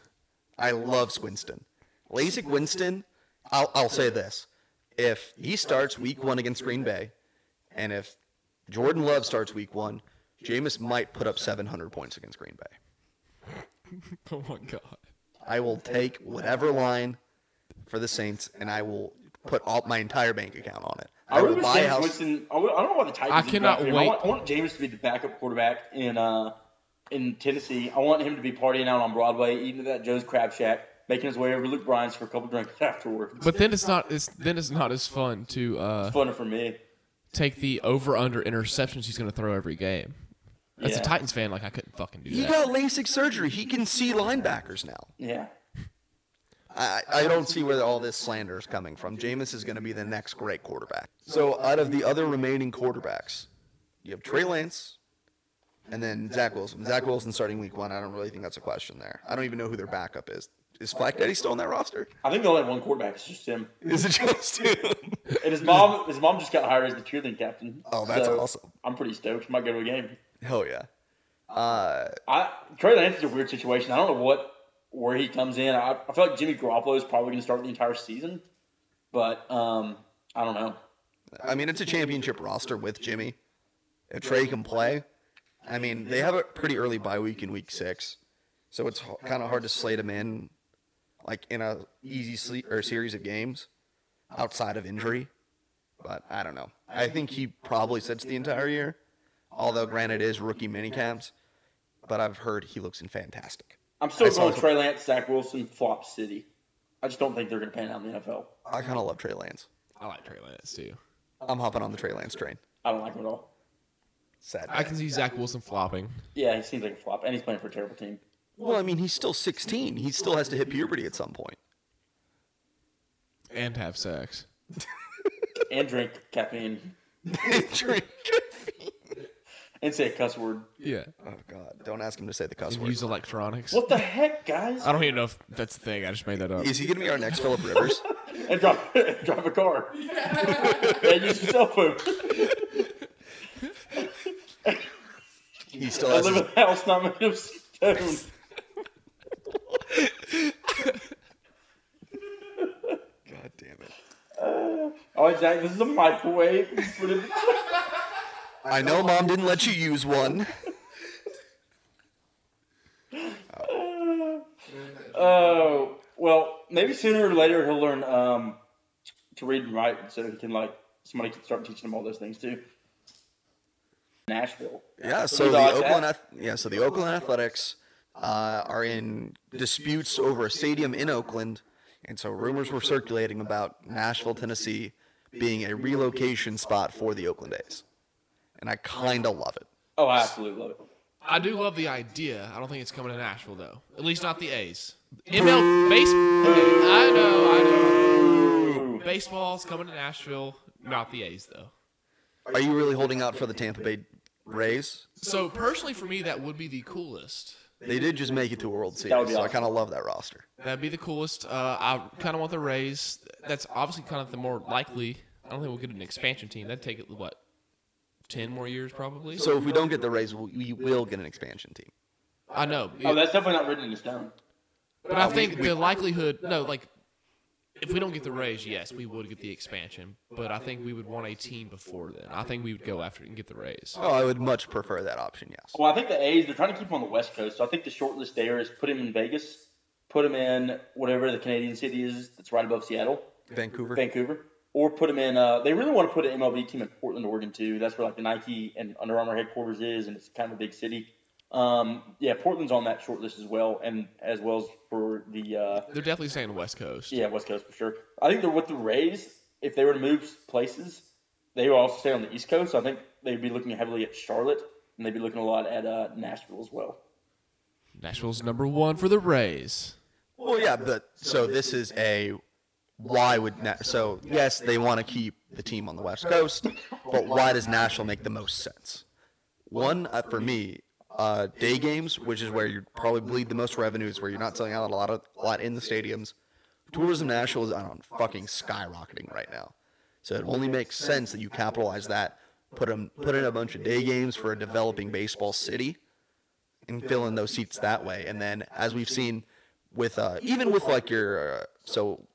S1: I love Winston. LASIK Winston, I'll, I'll say this. If he starts week one against Green Bay, and if Jordan Love starts week one, Jameis might put up 700 points against Green Bay.
S2: Oh my god.
S1: I will take whatever line for the Saints, and I will put all, my entire bank account on it.
S3: I,
S1: I will
S3: really
S1: buy a
S3: James
S1: house.
S3: Winston. I, would- I don't know why the Titans.
S2: I
S3: didn't
S2: cannot
S3: draft him. I
S2: wait.
S3: want, I want James to be the backup quarterback in uh, in Tennessee. I want him to be partying out on Broadway, eating at that Joe's Crab Shack, making his way over to Luke Bryan's for a couple drinks afterwards.
S2: But then it's not. It's then it's not as fun to uh,
S3: Funner for me.
S2: take the over under interceptions he's gonna throw every game. As
S3: Yeah.
S2: a Titans fan, like I couldn't fucking do
S1: He
S2: that.
S1: got LASIK surgery. He can see linebackers now.
S3: Yeah.
S1: I, I don't see where all this slander is coming from. Jameis is going to be the next great quarterback. So, out of the other remaining quarterbacks, you have Trey Lance and then Zach Wilson. Zach Wilson starting week one. I don't really think that's a question there. I don't even know who their backup is. Is Flack Daddy still on that roster?
S3: I think they only have one quarterback. It's just him.
S1: Is it just him?
S3: And his mom, his mom just got hired as the cheerleading captain.
S1: Oh, that's
S3: So
S1: awesome.
S3: I'm pretty stoked. Might go to a game.
S1: Hell yeah. Uh,
S3: I Trey Lance is a weird situation. I don't know what where he comes in. I, I feel like Jimmy Garoppolo is probably going to start the entire season, but um, I don't know.
S1: I mean, it's a championship roster with Jimmy. If Trey can play, I mean, they have a pretty early bye week in week six, so it's kind of hard to slate him in, like in a easy sleep or series of games, outside of injury. But I don't know. I think he probably sits the entire year, although granted it is rookie minicamps. But I've heard he looks in fantastic.
S3: I'm still
S1: I saw
S3: going with
S1: some-
S3: Trey Lance, Zach Wilson, Flop City. I just don't think they're going to pan out in the NFL.
S1: I kind of love Trey Lance.
S2: I like Trey Lance too.
S1: I'm hopping on the Trey Lance train.
S3: I don't like him at all.
S1: Sad.
S2: I can see Zach Wilson flopping.
S3: Yeah, he seems like a flop, and he's playing for a terrible team.
S1: Well, I mean, he's still 16. He still has to hit puberty at some point.
S2: and have sex.
S3: And drink caffeine
S1: Drink.
S3: and say a cuss word.
S2: Yeah.
S1: Oh God! Don't ask him to say the cuss
S2: And
S1: word.
S2: use electronics.
S3: What the heck, guys?
S2: I don't even know if that's the thing. I just made that up.
S1: Is he gonna be our next Philip Rivers?
S3: And drop, drive a car. yeah, use your cell phone.
S1: He still
S3: I
S1: has.
S3: live in
S1: His,
S3: a house not made of stone.
S1: God damn it!
S3: Oh, Jack, this is a microwave. Put it-
S1: I know mom didn't let you use one.
S3: Oh well, maybe sooner or later he'll learn um, to read and write, so he can like somebody can start teaching him all those things too. Nashville.
S1: Yeah,
S3: That's
S1: so
S3: what we
S1: the
S3: thought,
S1: Oakland,
S3: Zach.
S1: Ath- yeah, so the Oakland Athletics uh, are in disputes over a stadium in Oakland, and so rumors were circulating about Nashville, Tennessee, being a relocation spot for the Oakland A's, and I kind of love it.
S3: Oh, I absolutely love it.
S2: I do love the idea. I don't think it's coming to Nashville though. At least not the A's. ML baseball. I know, I know. Baseball's coming to Nashville, not the A's though.
S1: Are you really holding out for the Tampa Bay Rays?
S2: So personally, for me, that would be the coolest.
S1: They did just make it to a World
S3: That
S1: Series,
S3: would be
S1: so I
S3: awesome.
S1: kind of love that roster.
S2: That'd be the coolest. Uh, I kind of want the Rays. That's obviously kind of the more likely. I don't think we'll get an expansion team. That'd take what, ten more years probably.
S1: So if we don't get the Rays, we we will get an expansion team.
S2: I know,
S3: Oh, that's definitely not written in stone.
S2: but I think the likelihood. No, like if we don't get the Rays, yes, we would get the expansion. But I think we would want a team before then. I think we would go after it and get the Rays.
S1: Oh, I would much prefer that option. Yes.
S3: Well, I think the A's they're trying to keep him on the West Coast, so I think the short list there is put him in Vegas, put him in whatever the Canadian city is that's right above Seattle.
S1: Vancouver.
S3: Vancouver, or put them in. Uh, they really want to put an MLB team in Portland, Oregon, too. That's where like the Nike and Under Armour headquarters is, and it's kind of a big city. Um, yeah, Portland's on that short list as well, and as well as for the uh,
S2: They're definitely saying West Coast.
S3: yeah West Coast for sure. I think they're with the Rays. If they were to move places, they would also stay on the East Coast. I think they'd be looking heavily at Charlotte, and they'd be looking a lot at uh, Nashville as well.
S2: Nashville's number one for the Rays.
S1: Well, yeah, but so this is a why would Na- so yes they want to keep the team on the West Coast, but why does Nashville make the most sense? One uh, for me, uh, day games, which is where you probably bleed the most revenues, where you're not selling out a lot of a lot in the stadiums. Tourism in Nashville is on fucking skyrocketing right now, so it only makes sense that you capitalize that, put 'em- put in a bunch of day games for a developing baseball city and fill in those seats that way. And then, as we've seen with uh, even with like your uh, so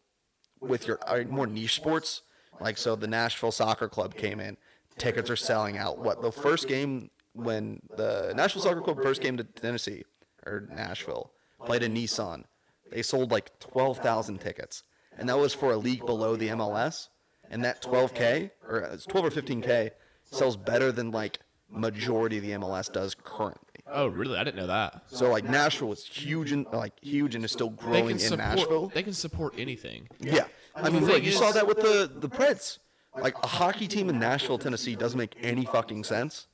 S1: with your uh, more niche sports, like so the Nashville Soccer Club came in, tickets are selling out. What the first game when the Nashville Soccer Club first came to Tennessee or Nashville played in Nissan, they sold like twelve thousand tickets, and that was for a league below the MLS. And that 12k or uh, it's 12 or 15k sells better than like majority of the MLS does currently.
S2: Oh, really? I didn't know that.
S1: So like Nashville is huge and like huge and is still
S2: They
S1: growing
S2: can
S1: in
S2: support.
S1: Nashville.
S2: They can support anything.
S1: Yeah, I mean,
S2: the
S1: look,
S2: thing
S1: you saw
S2: is-
S1: that with the the Preds. Like a hockey team in Nashville, Tennessee, doesn't make any fucking sense,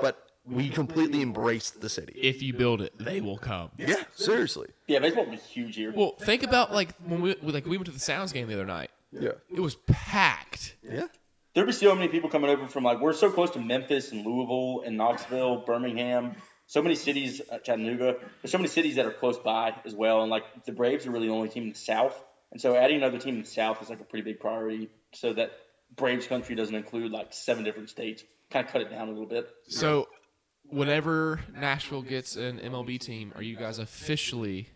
S1: but we completely embraced the city.
S2: If you build it, they will come.
S1: Yeah, seriously.
S3: Yeah, baseball would be huge here.
S2: Well, think about like when we like we went to the Sounds game the other night.
S1: Yeah,
S2: It was packed.
S1: yeah.
S3: there'd be so many people coming over from like we're so close to Memphis and Louisville and Knoxville, Birmingham, so many cities, uh, Chattanooga. There's so many cities that are close by as well, and like the Braves are really the only team in the South, and so adding another team in the South is like a pretty big priority, so that Braves country doesn't include like seven different states. Kind of cut it down a little bit.
S2: So, whenever Nashville gets an MLB team, are you guys officially?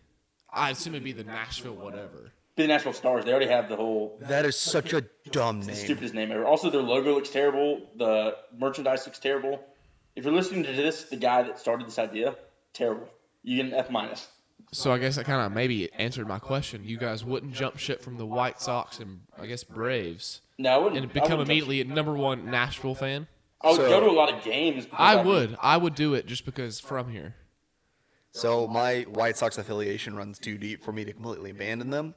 S2: I assume it'd be the Nashville whatever.
S3: Be the Nashville Stars. They already have the whole
S1: That is such a dumb name.
S3: stupidest name ever. Also, their logo looks terrible. The merchandise looks terrible. If you're listening to this, the guy that started this idea, terrible. You get an F minus.
S2: So I guess that kind of maybe answered my question. You guys wouldn't jump ship from the White Sox and I guess Braves
S3: No, I wouldn't.
S2: and
S3: I
S2: become
S3: wouldn't touch it.
S2: immediately a number one Nashville fan.
S3: I would
S1: So-
S3: go to a lot of games. because
S2: I
S3: I'd be-
S2: would. I would do it just because from here.
S1: So my White Sox affiliation runs too deep for me to completely abandon them,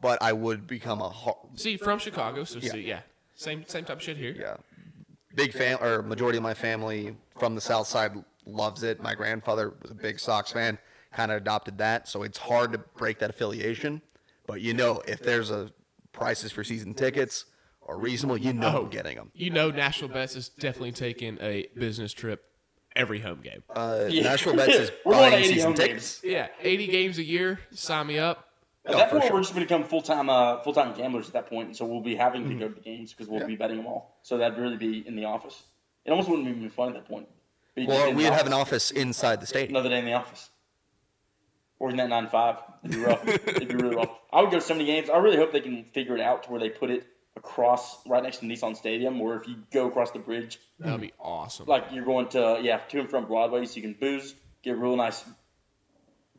S1: but I would become a ho-
S2: See, from Chicago, so see, yeah, same same type of shit here.
S1: yeah big fan or majority of my family from the south side loves it my grandfather was a big sox fan kind of adopted that so it's hard to break that affiliation but you know if there's a prices for season tickets are reasonable you know
S3: Oh.
S1: I'm getting them
S2: You know, Nashville Bets is definitely taking a business trip every home game.
S1: uh,
S3: Yeah.
S1: nashville bets is
S3: We're going to
S1: buying
S3: 80
S1: season
S3: home
S1: tickets
S2: Yeah, 80 games a year. Sign me up.
S3: At
S1: No,
S3: that
S1: for
S3: point,
S1: sure.
S3: we're just going to become full time uh, full time gamblers at that point, and so we'll be having
S1: Mm-hmm.
S3: to go to the games because we'll be betting them all. So that'd really be in the office. It almost wouldn't even be fun at that point. Be just
S1: well
S3: in the
S1: we'd have
S3: office.
S1: an office inside the stadium
S3: another day in the office. Working that nine to five, it'd be rough. it'd be really rough. I would go to so many games. I really hope they can figure it out to where they put it across right next to Nissan Stadium, where if you go across the bridge,
S2: That would be awesome.
S3: like you're going to yeah to and from Broadway, so you can booze, get real nice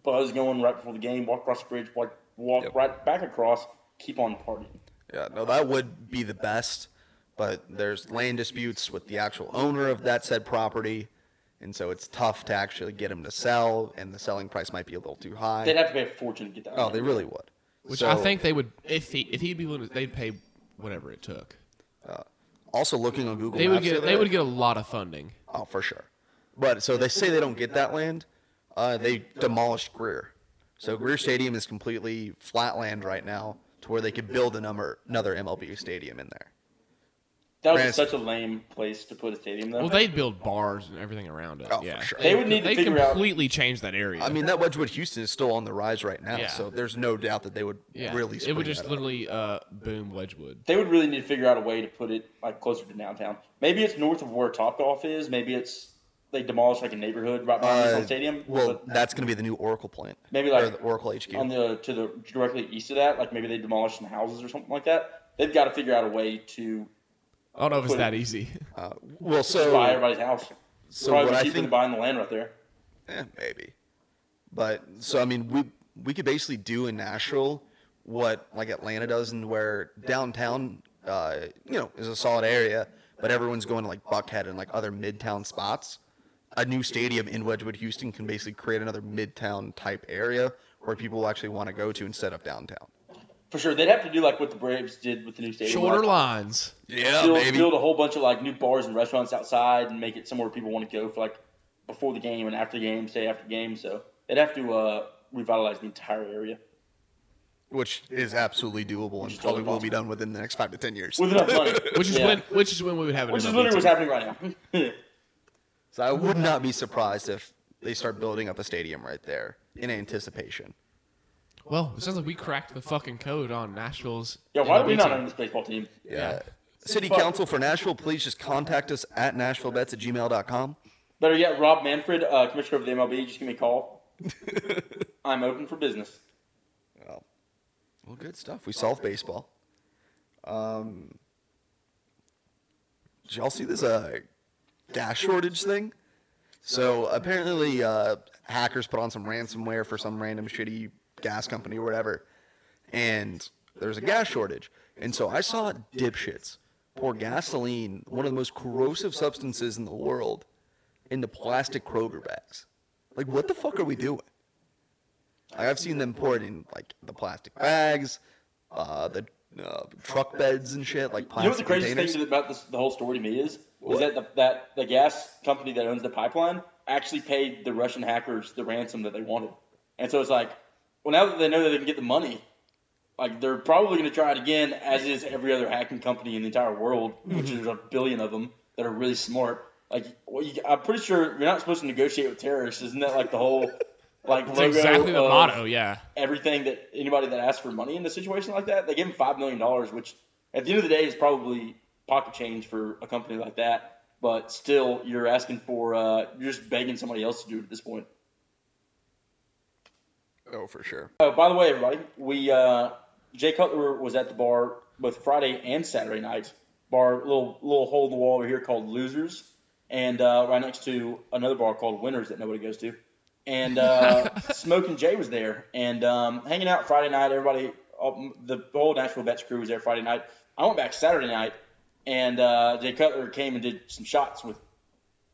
S3: buzz going right before the game. Walk across the bridge. Walk, walk
S1: Yep.
S3: right back across. Keep on partying.
S1: Yeah, no, that would be the best, but there's land disputes with the actual owner of that said property, and so it's tough to actually get him to sell, and the selling price might be a little too
S3: They'd
S1: high.
S3: have to pay a fortune to get that.
S1: Oh,
S3: one.
S1: they really would.
S2: Which
S1: So,
S2: I think they would if he if he'd be willing, to, they'd pay whatever it took.
S1: Also, looking on Google,
S2: They would
S1: Maps the
S2: get
S1: other
S2: they
S1: day-
S2: would get a lot of funding.
S1: Oh, for sure. But so they say they don't get that land. Uh, they demolished Greer. So Greer Stadium is completely flat land right now to where they could build a number, another MLB stadium in there.
S3: that was
S1: Brandon-
S3: such a lame place to put a stadium though.
S2: Well, they'd build bars and everything around it.
S1: Oh, for
S2: yeah,
S1: sure.
S3: They would need to
S2: they
S3: figure out-
S2: completely change that area.
S1: I mean, that Wedgwood Houston is still on the rise right now,
S2: Yeah.
S1: so there's no doubt that they would
S2: yeah,
S1: really
S2: it
S1: spring
S2: would just
S1: that up.
S2: literally uh, boom Wedgwood.
S3: they would really need to figure out a way to put it like closer to downtown. Maybe it's north of where Topgolf is. Maybe it's they demolish like a neighborhood right behind
S1: Uh,
S3: the stadium.
S1: Well,
S3: but
S1: that's going to be the new Oracle plant.
S3: Maybe
S1: or
S3: like
S1: the Oracle HQ.
S3: on the to the directly east of that, like maybe they demolish some houses or something like that. They've got to figure out a way to
S2: I don't know if it's
S3: Put it-
S2: that easy.
S1: uh, well,
S3: buy
S1: so
S3: everybody's house.
S1: so
S3: Probably
S1: what I
S3: cheaper than
S1: think,
S3: buying the land right there.
S1: eh, maybe, but so I mean, we we could basically do in Nashville what like Atlanta does, and where downtown, uh, you know, is a solid area, but everyone's going to like Buckhead and like other midtown spots. A new stadium in Wedgwood, Houston, can basically create another midtown type area where people will actually want to go to instead of downtown.
S3: For sure, they'd have to do like what the Braves did with the new stadium.
S2: Shorter
S3: like,
S2: lines.
S1: Yeah,
S3: build, build a whole bunch of like new bars and restaurants outside and make it somewhere people want to go for like before the game and after the game, stay after the game. So they'd have to uh, revitalize the entire area
S1: which is absolutely doable and
S3: is
S1: probably
S3: totally
S1: will be done within the next five to ten years.
S3: with enough money.
S2: Which is
S3: Yeah.
S2: when which is when we would have an
S3: which is
S2: MLB
S3: literally what's
S2: team.
S3: happening right now.
S1: So I would not be surprised if they start building up a stadium right there in anticipation.
S2: Well, it sounds like we cracked the fucking code on Nashville's.
S3: yeah, why do
S2: MLB
S3: we not
S2: team.
S3: own this baseball team?
S2: Yeah.
S1: City
S3: Fuck.
S1: Council for Nashville, please just contact us at nashvillebets at gmail.com.
S3: Better yet, Rob Manfred, uh, commissioner of the MLB, just give me a call. I'm open for business.
S1: Well, good stuff. We solve baseball. Um, did y'all see this uh, gas shortage thing? So apparently, uh, hackers put on some ransomware for some random shitty gas company or whatever, and there's a gas shortage. And so I saw dipshits pour gasoline, one of the most corrosive substances in the world, into plastic Kroger bags. Like, what the fuck are we doing? Like, I've seen them pour it in like the plastic bags, uh, the uh, truck beds and shit, like
S3: You know what the
S1: plastic
S3: craziest
S1: containers.
S3: thing about this, the whole story to me is?
S1: What?
S3: Was that the, that the gas company that owns the pipeline actually paid the Russian hackers the ransom that they wanted. And so it's like, well, now that they know that they can get the money, like they're probably going to try it again, as is every other hacking company in the entire world, which
S1: Mm-hmm.
S3: is a billion of them that are really smart. Like, well, you, I'm pretty sure you're not supposed to negotiate with terrorists, isn't that like the whole like
S2: That's
S3: logo
S2: exactly the
S3: of-
S2: motto. Yeah.
S3: everything that anybody that asks for money in a situation like that, they give him five million dollars, which at the end of the day is probably pocket change for a company like that. But still, you're asking for uh, you're just begging somebody else to do it at this point.
S1: Oh, for sure.
S3: Oh, by the way, everybody, we uh, Jay Cutler was at the bar both Friday and Saturday night. Bar little little hole in the wall over here called Losers, and uh, right next to another bar called Winners that nobody goes to. And uh, Smoke and Jay was there and um, hanging out Friday night. Everybody, all, the whole Nashville Bets crew was there Friday night. I went back Saturday night, and uh, Jay Cutler came and did some shots with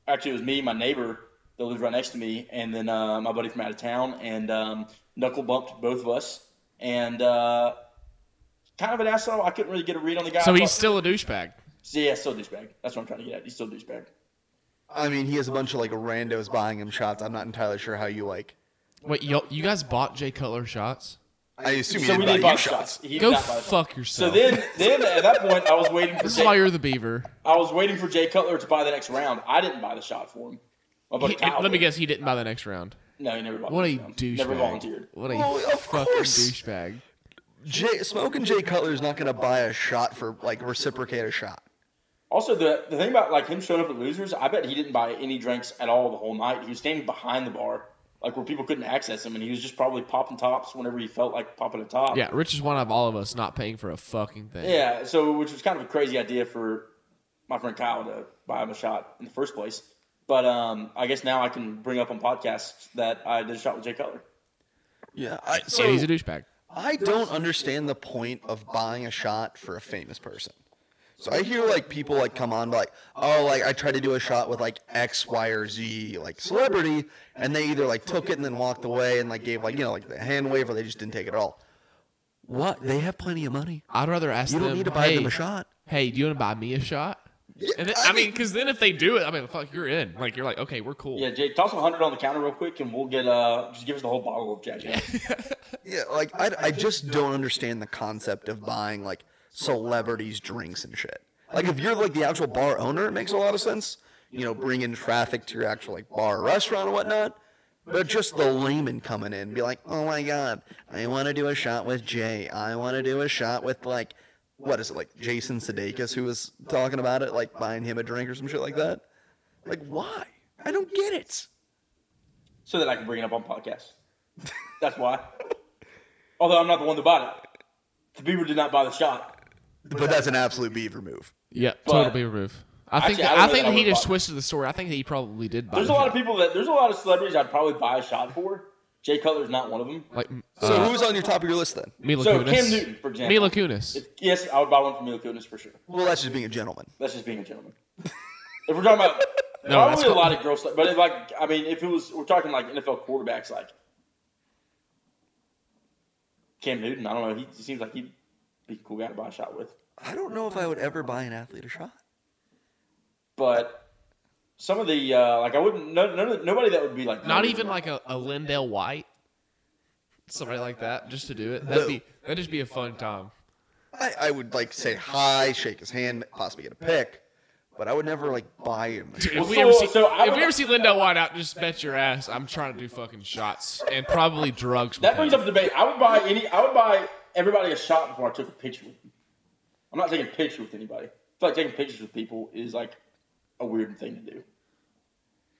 S3: actually it was me, my neighbor that lived right next to me, and then uh, my buddy from out of town, and um, knuckle bumped both of us, and uh, kind of an asshole. I couldn't really get a read on the guy.
S2: So
S3: I
S2: he's
S3: thought-
S2: still a douchebag.
S3: yeah, still a douchebag. That's what I'm trying to get at. He's still a douchebag.
S1: I mean, he has a bunch of like randos buying him shots. I'm not entirely sure how you like.
S2: Wait, you you guys bought Jay Cutler shots?
S1: I assume
S3: So
S1: you
S3: we
S1: didn't
S3: did
S1: buy you
S3: box
S1: shots.
S3: shots. He did
S2: Go
S3: not buy us shots.
S2: fuck
S3: So
S2: yourself.
S3: then, then at that point, I was waiting for
S2: this is why
S3: Jay,
S2: you're the Beaver.
S3: I was waiting for Jay Cutler to buy the next round. I didn't buy the shot for him. My buddy
S2: He-
S3: Kyle
S2: let me
S3: did.
S2: guess, he didn't buy the next round.
S3: No, he never bought.
S2: What
S3: the
S2: a
S3: next round.
S2: douchebag!
S3: Never volunteered.
S2: What a
S1: Well, of
S2: fucking
S1: course.
S2: douchebag.
S1: Jay, Smoke and Jay Cutler is not going to buy a shot for like reciprocate a shot.
S3: Also, the, the thing about like him showing up at losers, I bet he didn't buy any drinks at all the whole night. He was standing behind the bar, like where people couldn't access him, and he was just probably popping tops whenever he felt like popping a top.
S2: Yeah, Rich is one of all of us not paying for a fucking thing.
S3: Yeah. So, which was kind of a crazy idea for my friend Kyle to buy him a shot in the first place. But um, I guess now I can bring up on podcasts that I did a shot with Jay Cutler.
S1: Yeah. I, so
S2: and he's a douchebag.
S1: I don't understand the point of buying a shot for a famous person. So I hear like people like come on like, oh, like I tried to do a shot with like X, Y, or Z like celebrity, and they either like took it and then walked away and like gave like you know like the hand wave or they just didn't take it at all. What? They have plenty of money.
S2: I'd rather ask
S1: You
S2: them.
S1: don't need to buy
S2: hey,
S1: them a shot.
S2: Hey, do you want to buy me a shot?
S1: Yeah,
S2: And then,
S1: I
S2: I mean, because then if they do it, I mean, fuck, you're in. Like, you're like, okay, we're cool.
S3: Yeah, Jake, toss a hundred on the counter real quick, and we'll get uh, just give us the whole bottle of Jack. Daniels.
S1: Yeah, like I, I just don't understand the concept of buying like celebrities drinks and shit. Like if you're like the actual bar owner, it makes a lot of sense. You know, bring in traffic to your actual like bar or restaurant and whatnot. But just the layman coming in, be like, oh my god, I want to do a shot with Jay. I want to do a shot with like, what is it like Jason Sudeikis who was talking about it, like buying him a drink or some shit like that. Like why? I don't get it.
S3: so that I can bring it up on podcast. That's why. Although I'm not the one that bought it. The Beaver did not buy the shot.
S1: But that's an absolute beaver move.
S2: Yeah,
S3: But-
S2: total be removed. I think
S3: Actually,
S2: that,
S3: I don't
S2: I,
S3: know
S2: think
S3: that I
S2: that he
S3: would've
S2: just
S3: bought-
S2: twisted the story. I think that he probably did buy.
S3: There's a
S2: the
S3: lot of
S2: shot.
S3: people that there's a lot of celebrities I'd probably buy a shot for. Jay Cutler's not one of them.
S2: Like,
S1: So
S2: uh,
S1: who's on your top of your list then?
S2: Mila
S3: So,
S2: Kunis.
S3: Cam Newton, for example.
S2: Mila Kunis.
S3: Yes, I would buy one for Mila Kunis for sure.
S1: Well, that's just being a gentleman.
S3: That's just being a gentleman. if we're talking about
S2: No,
S3: probably
S2: that's
S3: a
S2: fine.
S3: lot of girls, but if like I mean, if it was we're talking like NFL quarterbacks, like Cam Newton, I don't know. He, he seems like he'd be a cool guy to buy a shot with.
S1: I don't know if I would ever buy an athlete a shot.
S3: But some of the uh, like I wouldn't no, none of- nobody that would be like
S2: Not even like a, a Lindell White. Somebody like that, just to do it. That'd be that'd just be a fun time.
S1: I, I would like say hi, shake his hand, possibly get a pick, but I would never like buy him. a shot.
S2: If we
S3: so-
S2: ever see,
S3: so I
S2: if we
S3: would-
S2: ever see Lindell White out, just bet your ass I'm trying to do fucking shots and probably drugs. with
S3: that brings
S2: him.
S3: up a debate. I would buy any. I would buy everybody a shot before I took a picture with them. I'm not taking a picture with anybody. I feel like taking pictures with people is like a weird thing to do.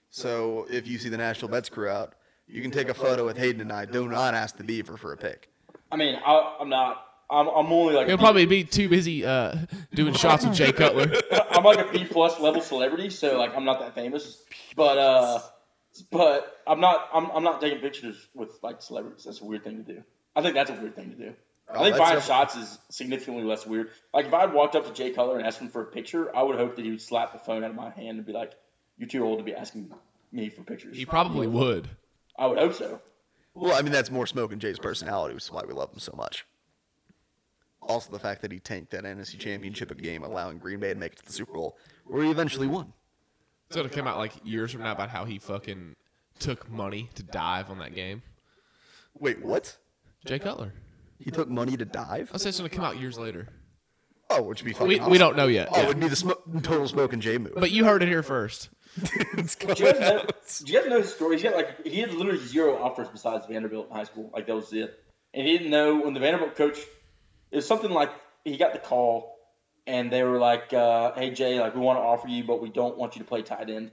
S1: So if you see the National Bets crew out, you can take a photo with Hayden and I. Do not ask the Beaver for a pick.
S3: I mean, I, I'm not. I'm, I'm only like
S2: He'll probably be too busy uh, doing shots with Jay Cutler.
S3: I'm like a B plus level celebrity, so like I'm not that famous. But uh, but I'm not I'm, I'm not taking pictures with like celebrities. That's a weird thing to do. I think that's a weird thing to do. I think
S1: that's
S3: buying
S1: a-
S3: shots is significantly less weird. Like if I'd walked up to Jay Cutler and asked him for a picture, I would hope that he would slap the phone out of my hand and be like, "You're too old to be asking me for pictures."
S2: He probably would.
S3: I would hope so.
S1: Well, I mean that's more Smoke and Jay's personality, which is why we love him so much. Also, the fact that he tanked that NFC Championship game, allowing Green Bay to make it to the Super Bowl, where he eventually won.
S2: It's gonna come out like years from now about how he fucking took money to dive on that game.
S1: Wait, what?
S2: Jay Cutler.
S1: He took money to dive?
S2: I said it's gonna come out years later.
S1: Oh, which would be fucking
S2: We,
S1: awesome.
S2: we don't know yet.
S1: Oh, it
S2: Yeah.
S1: would be the smo total smoke and Jay move.
S2: But you heard it here first.
S1: It's
S3: Do you,
S1: going
S3: guys know,
S1: out.
S3: do you guys know his story? He's got like he had literally zero offers besides Vanderbilt in high school. Like that was it. And he didn't know when the Vanderbilt coach it was something like he got the call and they were like, uh, "Hey Jay, like we want to offer you, but we don't want you to play tight end."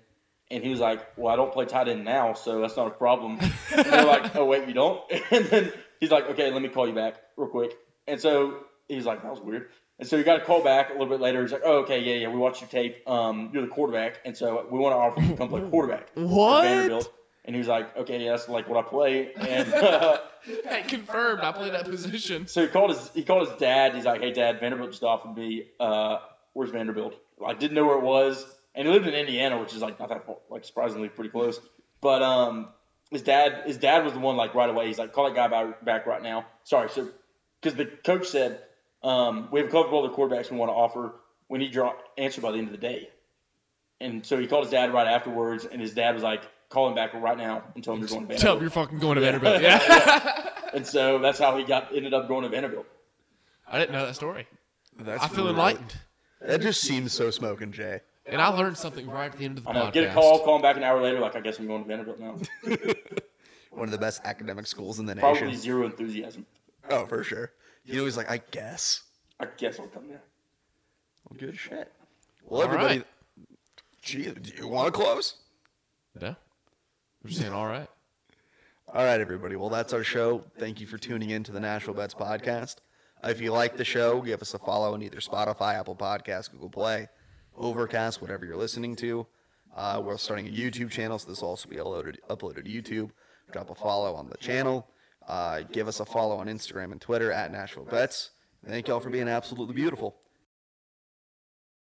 S3: And he was like, "Well, I don't play tight end now, so that's not a problem." and they're like, "Oh wait, you don't?" And then he's like, "Okay, let me call you back real quick." And so he's like, "That was weird." And so he got a call back a little bit later. He's like, "Oh, okay, yeah, yeah, we watched your tape. Um, you're the quarterback, and so we want to offer you to come play quarterback." for
S2: What?
S3: Vanderbilt. And he was like, "Okay, yeah, that's like what I play." And uh,
S2: Hey, confirmed. I played that position.
S3: So he called his he called his dad. He's like, "Hey, Dad, Vanderbilt just offered me. Uh, where's Vanderbilt? I didn't know where it was, and he lived in Indiana, which is like not that far, like surprisingly pretty close. But um, his dad his dad was the one like right away. He's like, call that guy back, back right now. Sorry, so because the coach said um, we have a couple other quarterbacks we want to offer. We need your answer by the end of the day. And so he called his dad right afterwards, and his dad was like, call him back right now and tell him you're going to Vanderbilt.
S2: Tell him you're fucking going to Vanderbilt. Yeah.
S3: And so that's how he got ended up going to Vanderbilt.
S2: I didn't know that story.
S1: That's
S2: I feel
S1: brutal.
S2: enlightened.
S1: That just seems so smoke and Jay.
S2: And I learned something right at the end of the
S3: I know.
S2: podcast.
S3: Get a call, call him back an hour later. Like, I guess I'm going to Vanderbilt now.
S1: One of the best academic schools in the
S3: Probably
S1: nation.
S3: zero enthusiasm.
S1: Oh, for sure. He was like, I guess.
S3: I guess I'll come there.
S1: Well, good shit. Well,
S2: All
S1: everybody.
S2: right.
S1: Gee, do you want to close?
S2: No? We're just saying, all right.
S1: All right, everybody. Well, that's our show. Thank you for tuning in to the Nashville Bets podcast. If you like the show, give us a follow on either Spotify, Apple Podcasts, Google Play, Overcast, whatever you're listening to. Uh, we're starting a YouTube channel, so this will also be uploaded, uploaded to YouTube. Drop a follow on the channel. Uh, give us a follow on Instagram and Twitter at Nashville Bets. Thank y'all for being absolutely beautiful.